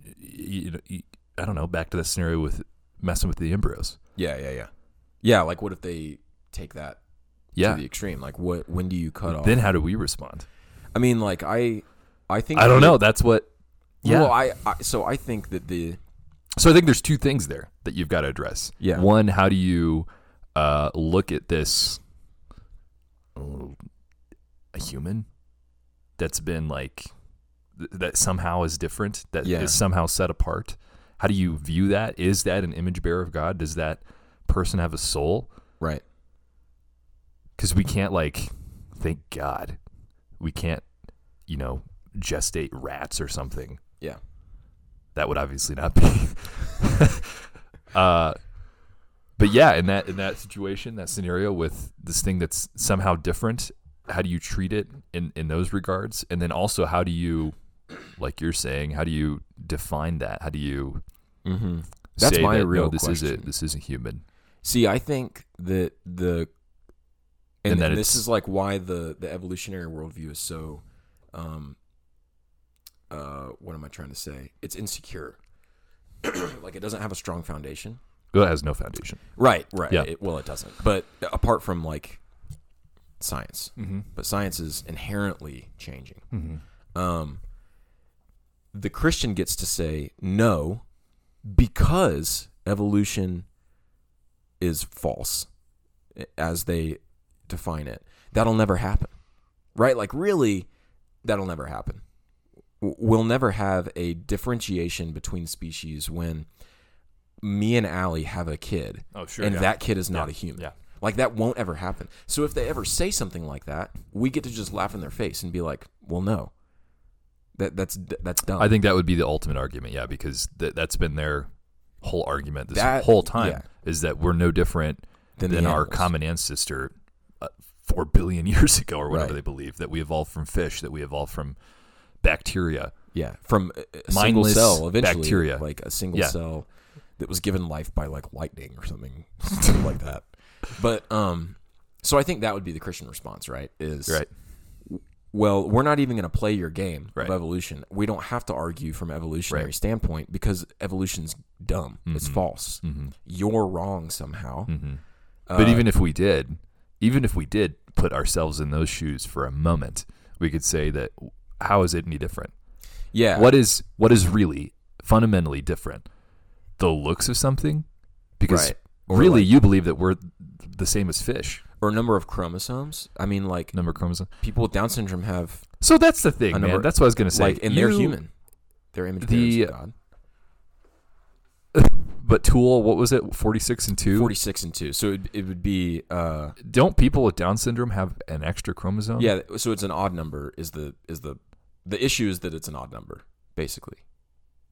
y- you know, y- I don't know, back to that scenario with messing with the embryos.
yeah, yeah, yeah, yeah. Like, what if they take that
Yeah.
to the uh, extreme? Like, what? When do you cut off?
Then how do we respond?
I mean, like, I, I think
I don't
that-
know. That's what. Yeah.
Well, I, I so I think that the
So I think there's two things there that you've got to address.
Yeah.
One, how do you uh, look at this uh, a human that's been like th- that somehow is different, that is
Yeah.
somehow set apart? How do you view that? Is that an image bearer of God? Does that person have a soul?
right.
Because we can't like, thank God, we can't, you know, gestate rats or something.
Yeah.
that would obviously not be. uh, but yeah, in that in that situation, that scenario with this thing that's somehow different, how do you treat it in in those regards? And then also, how do you, like you're saying, how do you define that? How do you?
Mm-hmm. That's
say
my
that,
real
No, this
question.
isn't this isn't human.
See, I think that the and,
And that
and this
it's-
is like why the the evolutionary worldview is so um uh what am I trying to say? It's insecure. like it doesn't have a strong foundation.
Well, It has no foundation.
Right, right.
Yeah.
It, well, it doesn't. But apart from like science,
Mm-hmm.
but science is inherently changing.
Mm-hmm.
um, the Christian gets to say no because evolution is false as they define it. That'll never happen, right? Like, really, that'll never happen. W- We'll never have a differentiation between species when me and Allie have a kid
Oh, sure,
and
yeah.
that kid is not a human.
yeah.
Like that won't ever happen. So if they ever say something like that, we get to just laugh in their face and be like, "Well, no, that that's that's dumb."
I think that would be the ultimate argument, yeah, because th- that's been their whole argument this
That-
whole time
yeah.
is that we're no different
Than
than,
the
our
animals.
common ancestor uh, four billion years ago or whatever
Right.
they believe that we evolved from fish, that we evolved from bacteria.
yeah, from a, a single
Mindless
cell eventually,
bacteria.
like a single
Yeah.
cell that was given life by like lightning or something, something like that. But um, so I think that would be the Christian response, right? Is
Right.
well, we're not even going to play your game
Right.
of evolution. We don't have to argue from an evolutionary
Right. Mm-hmm.
standpoint because evolution's dumb. It's false. You're wrong somehow.
but
uh,
even if we did, even if we did put ourselves in those shoes for a moment, we could say that how is it any different?
Yeah.
what is what is really fundamentally different the looks of something because
Right. Or
really
like-
you believe that we're the same as fish
or number of chromosomes? I mean, like
number of chromosomes
people with Down syndrome have
so that's the thing
A number-
man that's what i was going to say
like, and they're
You-
human. They're image
the-
bearers of God.
but tool what was it 46 and 2
Forty-six and two, so it, it would be uh,
don't people with down syndrome have an extra chromosome
yeah. So it's an odd number. Is the is the the issue is that it's an odd number basically.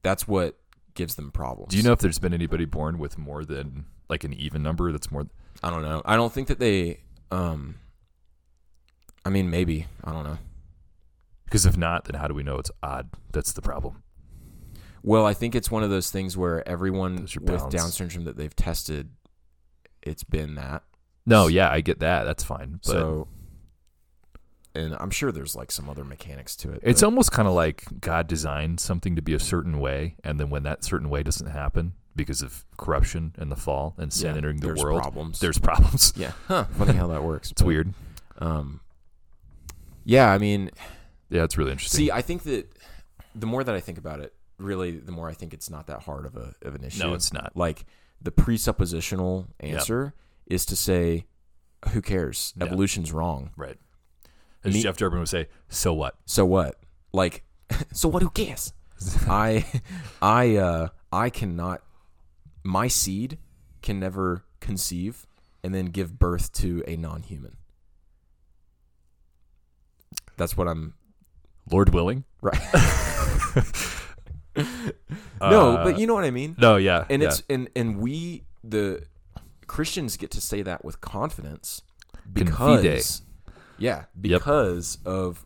That's what gives them problems.
do you know if there's been anybody born with more than like an even number that's more
I don't know. I don't think that they. Um, I mean, maybe I don't know.
because if not then how do we know it's odd that's the problem
Well, I think it's one of those things where everyone
Those are
with
bounds.
Down syndrome that they've tested, it's been that.
no yeah i get that that's fine but
so, and I'm sure there's like some other mechanics to it.
It's
but-
almost kind of like God designed something to be a certain way, and then when that certain way doesn't happen because of corruption and the fall and sin
Yeah,
entering the
there's
world,
Problems.
there's problems.
yeah, huh? Funny how that works.
It's weird.
Um, yeah, I mean,
Yeah, it's really interesting.
see, I think that the more that I think about it, really, the more I think it's not that hard of a of an issue.
no, it's not.
like the presuppositional answer is to say, who cares?
Yeah.
Evolution's wrong.
Right. As
Me-
Jeff Durbin would say, "So what?"
So what? Like, so what? Who cares? I, I, uh, I cannot. My seed can never conceive and then give birth to a non-human. That's what I'm.
Lord willing.
Right. no,
Uh,
but you know what I mean.
no, yeah,
and
yeah.
it's and and we the Christians get to say that with confidence because
Confide.
yeah, because of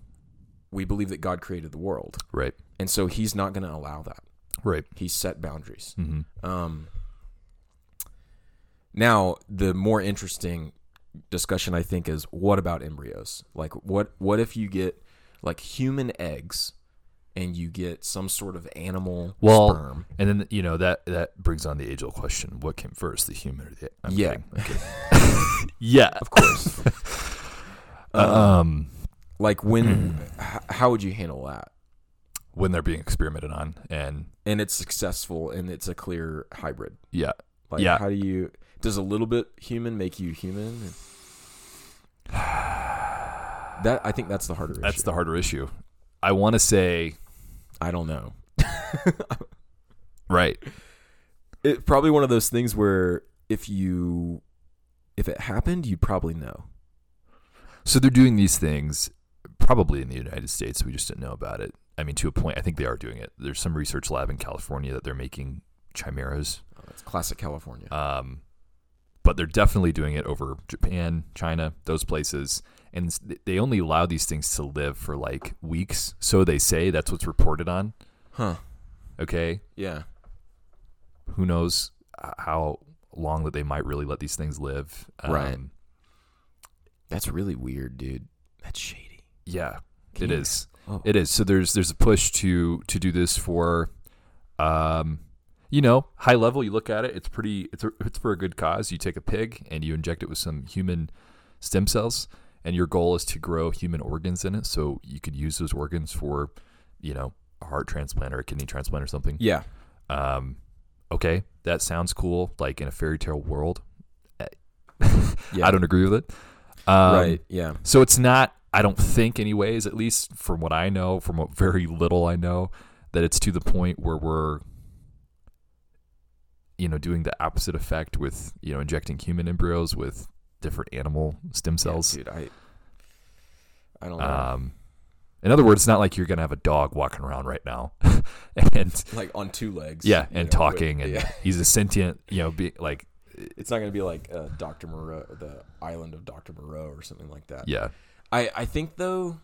we believe that God created the world,
right,
and so He's not going to allow that.
right.
He set boundaries.
Mm-hmm.
Um, now, the more interesting discussion I think is what about embryos? Like, what what if you get like human eggs, and you get some sort of animal
Well,
sperm?
and then you know that that brings on the age old question: What came first, the human or the? I'm
Yeah.
kidding, I'm kidding. yeah.
Of course.
Um,
like when h- how would you handle that
when they're being experimented on, and
and it's successful and it's a clear hybrid
yeah,
like
Yeah.
how do you does a little bit human make you human that i think that's the harder
that's
issue
the harder issue. I want to say
i don't know
right.
it probably one of those things where if you if it happened you'd probably know
So they're doing these things probably in the United States. We just didn't know about it. I mean, to a point, I think they are doing it. There's some research lab in California that they're making chimeras,
Oh, that's classic california
um, but they're definitely doing it over Japan, China, those places. And s- they only allow these things to live for like weeks. So they say that's what's reported on.
huh
Okay.
yeah
Who knows h- how long that they might really let these things live. Um,
Right. that's really weird dude that's shady
Yeah,
Can
it
you-
is.
Oh.
It is. So there's there's a push to to do this for, um, you know, high level. You look at it. It's pretty. It's a, it's for a good cause. You take a pig and you inject it with some human stem cells, and your goal is to grow human organs in it, so you could use those organs for, you know, a heart transplant or a kidney transplant or something.
yeah
Um, okay, that sounds cool. Like in a fairy tale world,
yeah
I don't agree with it. Um,
right yeah
so it's not, I don't think, anyways, at least from what I know, from what very little I know, that it's to the point where we're, you know, doing the opposite effect with, you know, injecting human embryos with different animal stem
Yeah,
cells.
dude Oh, i i don't know
um, in other words, it's not like you're going to have a dog walking around right now and,
like on two legs.
yeah,
you
and
know,
talking
with-
and
yeah.
he's a sentient, you know, be, like,
it's not going to be like uh, Doctor Moreau, the island of Doctor Moreau, or something like that.
yeah,
I, I think though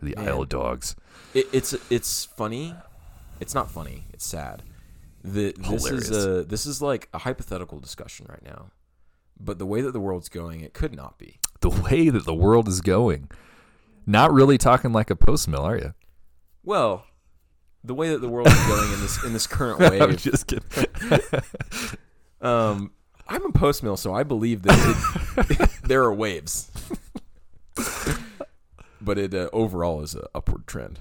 the
Man.
Isle of Dogs.
it, it's it's funny. It's not funny. It's sad. The, this
Hilarious.
is a this is like a hypothetical discussion right now, but the way that the world's going, it could not be.
The way that the world is going. Not really talking like a post mill, are you?
Well, the way that the world is going in this in this current wave,
just kidding.
um, I'm a post mill, so I believe that it, there are waves. but it uh, overall is an upward trend.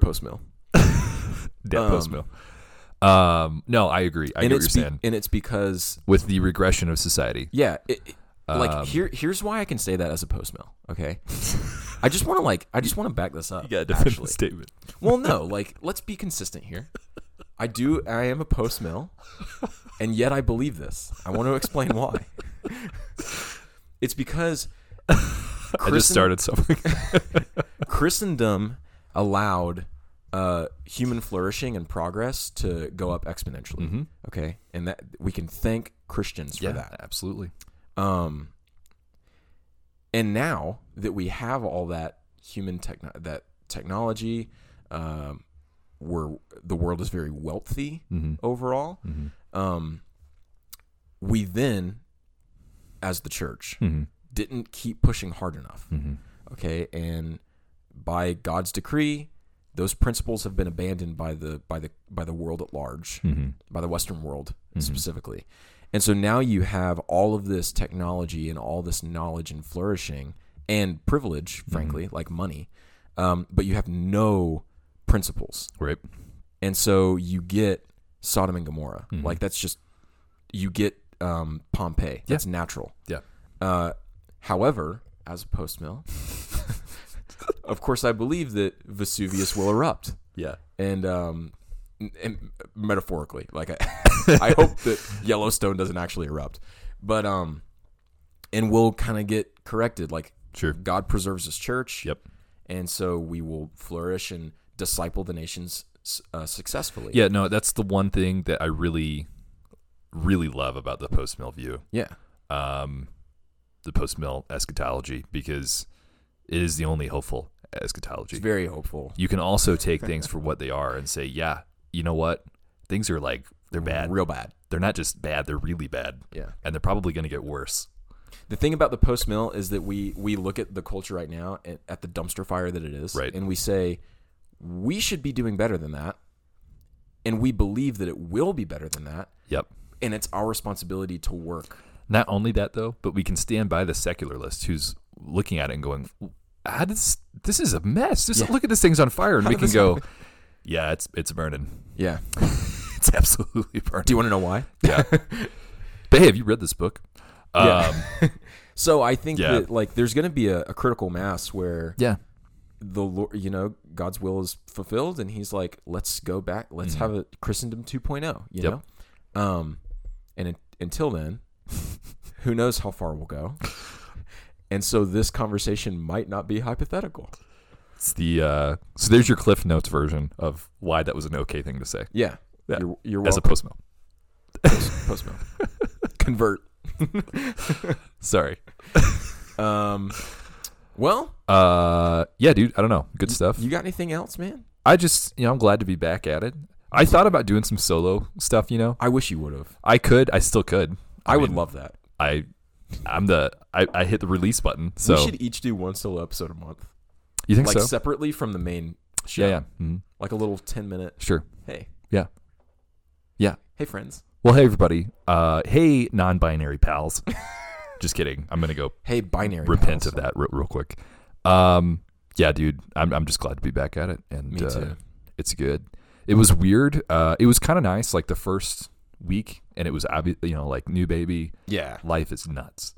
Post mill,
Dead
Um,
post mill. Um, no, I agree. I
and
get what
it's
you're
be-
saying.
and it's because
With the regression of society.
yeah, it, it-
Um,
like here here's why I can say that as a post mill. Okay, I just want to like I just want to back this up. actually.
statement.
Well, no, like let's be consistent here. I do. I am a post mill, and yet I believe this. I want to explain why. It's because
I just started something.
Christendom allowed uh, human flourishing and progress to go up exponentially.
Mm-hmm.
Okay, and that we can thank Christians for that.
absolutely.
Um, and now that we have all that human techno- that technology, um, we're the world is very wealthy overall. Um, we then, as the church,
Mm-hmm.
didn't keep pushing hard enough.
Hmm.
Okay, and by God's decree, those principles have been abandoned by the by the by the world at large
Mm-hmm.
by the Western world specifically. And so now you have all of this technology and all this knowledge and flourishing and privilege, frankly, like money, um, but you have no principles.
Right.
And so you get Sodom and Gomorrah. Like that's just, you get um, Pompeii. That's natural.
Yeah.
Uh, however, as a post mill, of course, I believe that Vesuvius will erupt
Yeah.
and um n- and metaphorically like i i hope that yellowstone doesn't actually erupt but um and we'll kind of get corrected like
Sure.
god preserves his church
Yep.
and so we will flourish and disciple the nations s- uh, successfully.
Yeah, no, that's the one thing that I really, really love about the post mill view,
yeah,
um, the post mill eschatology, because it is the only hopeful eschatology.
it's very hopeful.
you can also take things for what they are and say, yeah, you know what? Things are like, they're bad.
real bad.
They're not just bad, they're really bad.
Yeah.
And they're probably going to get worse.
The thing about the post mill is that we we look at the culture right now at, at the dumpster fire that it is,
Right.
and we say we should be doing better than that, and we believe that it will be better than that,
Yep.
and it's our responsibility to work.
Not only that, though, but we can stand by the secular list who's looking at it and going, how does, this is a mess. This,
Yeah.
Look at this thing's on fire. And
How
we
did
can
this
go, yeah, it's, it's burning.
Yeah.
It's absolutely burning.
Do you want to know why?
Yeah. but hey, have you read this book? Um, yeah.
So I think
Yeah.
that like there's going to be a, a critical mass where the Lord, you know, God's will is fulfilled, and He's like, let's go back, let's have a Christendom 2.0, you
Yep.
know, um, and un- until then, who knows how far we'll go, and so this conversation might not be hypothetical.
It's the, uh, so there's your Cliff Notes version of why that was an okay thing to say
Yeah,
Yeah.
you're, you're
as a
welcome.
post mill.
post, postman. Convert.
Sorry.
Um, well,
Uh, yeah, dude. I don't know. Good stuff.
you got anything else, man?
I just, you know, I'm glad to be back at it. I thought about doing some solo stuff. You know,
I wish you would have.
I could. I still could.
I, would
mean,
love that.
I, I'm the. I, I hit the release button. So
we should each do one solo episode a month,
you think
like
so?
separately from the main show.
yeah, yeah. mhm,
Like a little ten minute.
Sure.
Hey,
Yeah. Yeah.
hey friends.
Well, hey everybody. Uh, hey non-binary pals. just kidding. I'm gonna go
Hey, binary.
repent
pals.
of that real, real quick. Um, yeah, dude, I'm, I'm just glad to be back at it, and
Me
Uh,
too.
it's good. It was weird. Uh, it was kind of nice, like the first week, and it was obvious, you know, like new baby
Yeah,
life is nuts,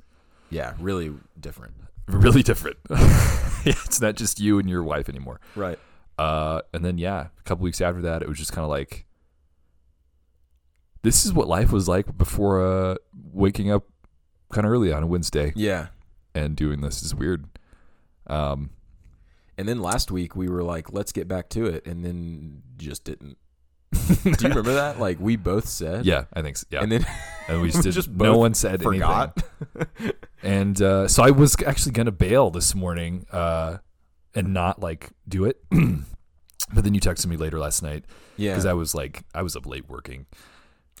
yeah, really different.
really different. yeah, it's not just you and your wife anymore.
Right.
Uh, and then yeah, a couple weeks after that, it was just kind of like, this is what life was like before uh, waking up kind of early on a Wednesday
Yeah.
and doing this is weird. Um,
And then last week we were like, let's get back to it, and then just didn't. Do you remember that? Like we both said.
Yeah, I think so. Yeah,
And
and,
then
we just, did,
just
no
both
one said
forgot.
anything. And uh, so I was actually gonna bail this morning uh, and not like do it, but then you texted me later last night
Yeah.
because I was like I was up late working,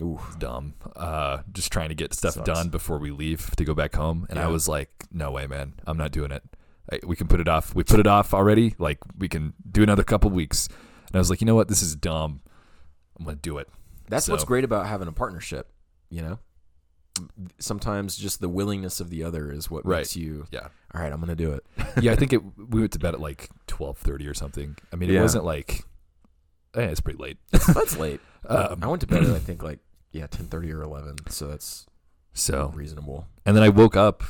Ooh.
dumb, uh, just trying to get stuff
Sucks.
done before we leave to go back home. And I
Yeah.
was like, no way, man, I'm not doing it. I, we can put it off. We put it off already. Like we can do another couple weeks. And I was like, you know what, this is dumb. I'm gonna do it.
That's
So-
what's great about having a partnership. You know. Sometimes just the willingness of the other is what
Right.
makes you.
Yeah.
All right, I'm gonna do it.
yeah, I think it. We went to bed at like twelve thirty or something. I mean, it
Yeah.
wasn't like. Eh, it's pretty late.
That's late. Uh,
Um,
I went to bed at I think like yeah, ten thirty or eleven. So that's
So,
reasonable.
and then I woke up,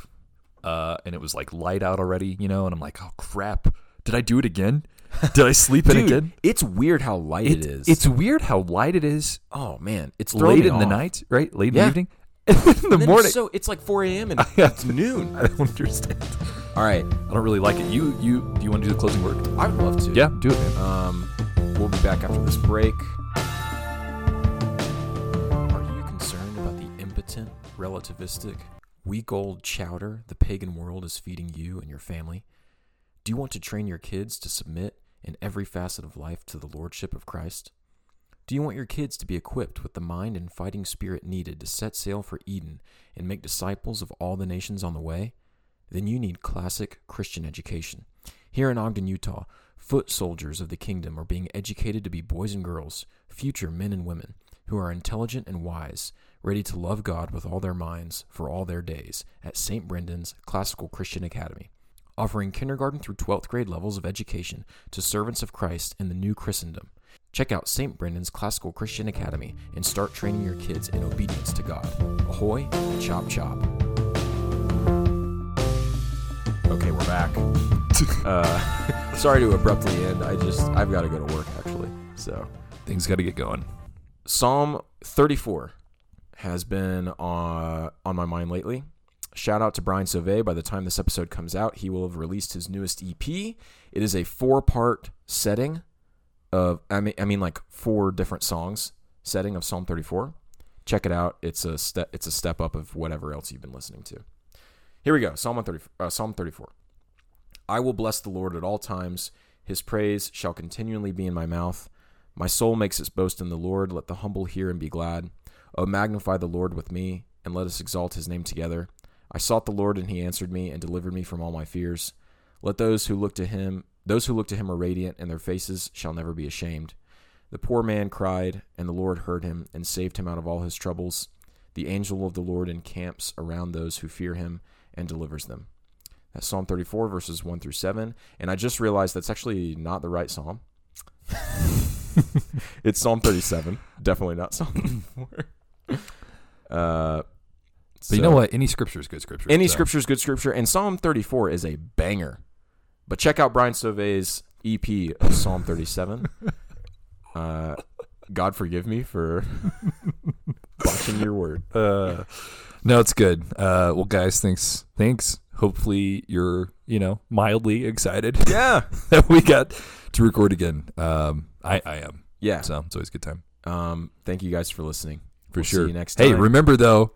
uh, and it was like light out already, you know. And I'm like, oh crap! Did I do it again? Did I sleep in again?
it's weird how light it is.
It's weird how light it is.
oh man, it's throwing
Late
me
in the
off.
night, right? Late in
Yeah.
the evening, and then in the
And then
morning.
It's so it's like 4 a.m. and
Yeah.
it's noon.
I don't understand.
All right,
I don't really like it. You, you, do you want to do the closing word?
I would love to.
Yeah, do it, man.
Um, we'll be back after this break. Are you concerned about the impotent, relativistic, weak old chowder the pagan world is feeding you and your family? Do you want to train your kids to submit in every facet of life to the Lordship of Christ? Do you want your kids to be equipped with the mind and fighting spirit needed to set sail for Eden and make disciples of all the nations on the way? Then you need classic Christian education. Here in Ogden, Utah, foot soldiers of the kingdom are being educated to be boys and girls, future men and women, who are intelligent and wise, ready to love God with all their minds for all their days at St. Brendan's Classical Christian Academy, offering kindergarten through 12th grade levels of education to servants of Christ in the new Christendom. Check out St. Brendan's Classical Christian Academy and start training your kids in obedience to God. Ahoy, and chop chop. Okay, we're back. Uh, sorry to abruptly end. I just I've got to go to work actually. So
Things got to get going.
Psalm 34 has been uh, on my mind lately. Shout out to Brian Sauvé. By the time this episode E comes out, he will have released his newest EP. It is a four part setting uh, of I mean I mean like four different songs setting of Psalm 34. Check it out. It's a step it's a step up of whatever else you've been listening to. Here we go. Psalm 134, uh, Psalm 34. I will bless the Lord at all times. His praise shall continually be in my mouth. My soul makes its boast in the Lord. Let the humble hear and be glad. O magnify the Lord with me, and let us exalt his name together. I sought the Lord, and he answered me and delivered me from all my fears. Let those who look to him, those who look to him are radiant, and their faces shall never be ashamed. The poor man cried, and the Lord heard him and saved him out of all his troubles. The angel of the Lord encamps around those who fear him and delivers them. That's Psalm 34, verses 1 through 7. And I just realized that's actually not the right psalm. it's Psalm 37. Definitely not Psalm 34. Uh,
But you know what? Any scripture is good scripture.
Any
so.
scripture is good scripture, and Psalm 34 is a banger. But check out Brian Sauvé's EP of Psalm 37. uh, God forgive me for botching your word.
Uh, no, it's good. Uh, well, guys, thanks. Thanks. Hopefully, you're you know mildly excited
Yeah.
that we got to record again. Um, I I am.
Yeah.
So it's always a good time
Um, thank you guys for listening.
for
We'll see
sure.
you next
Hey,
time.
remember though,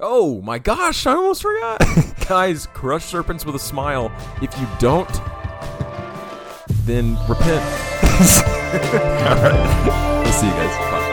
Oh my gosh, I almost forgot. guys, crush serpents with a smile. If you don't, then repent.
we'll see you guys. Bye.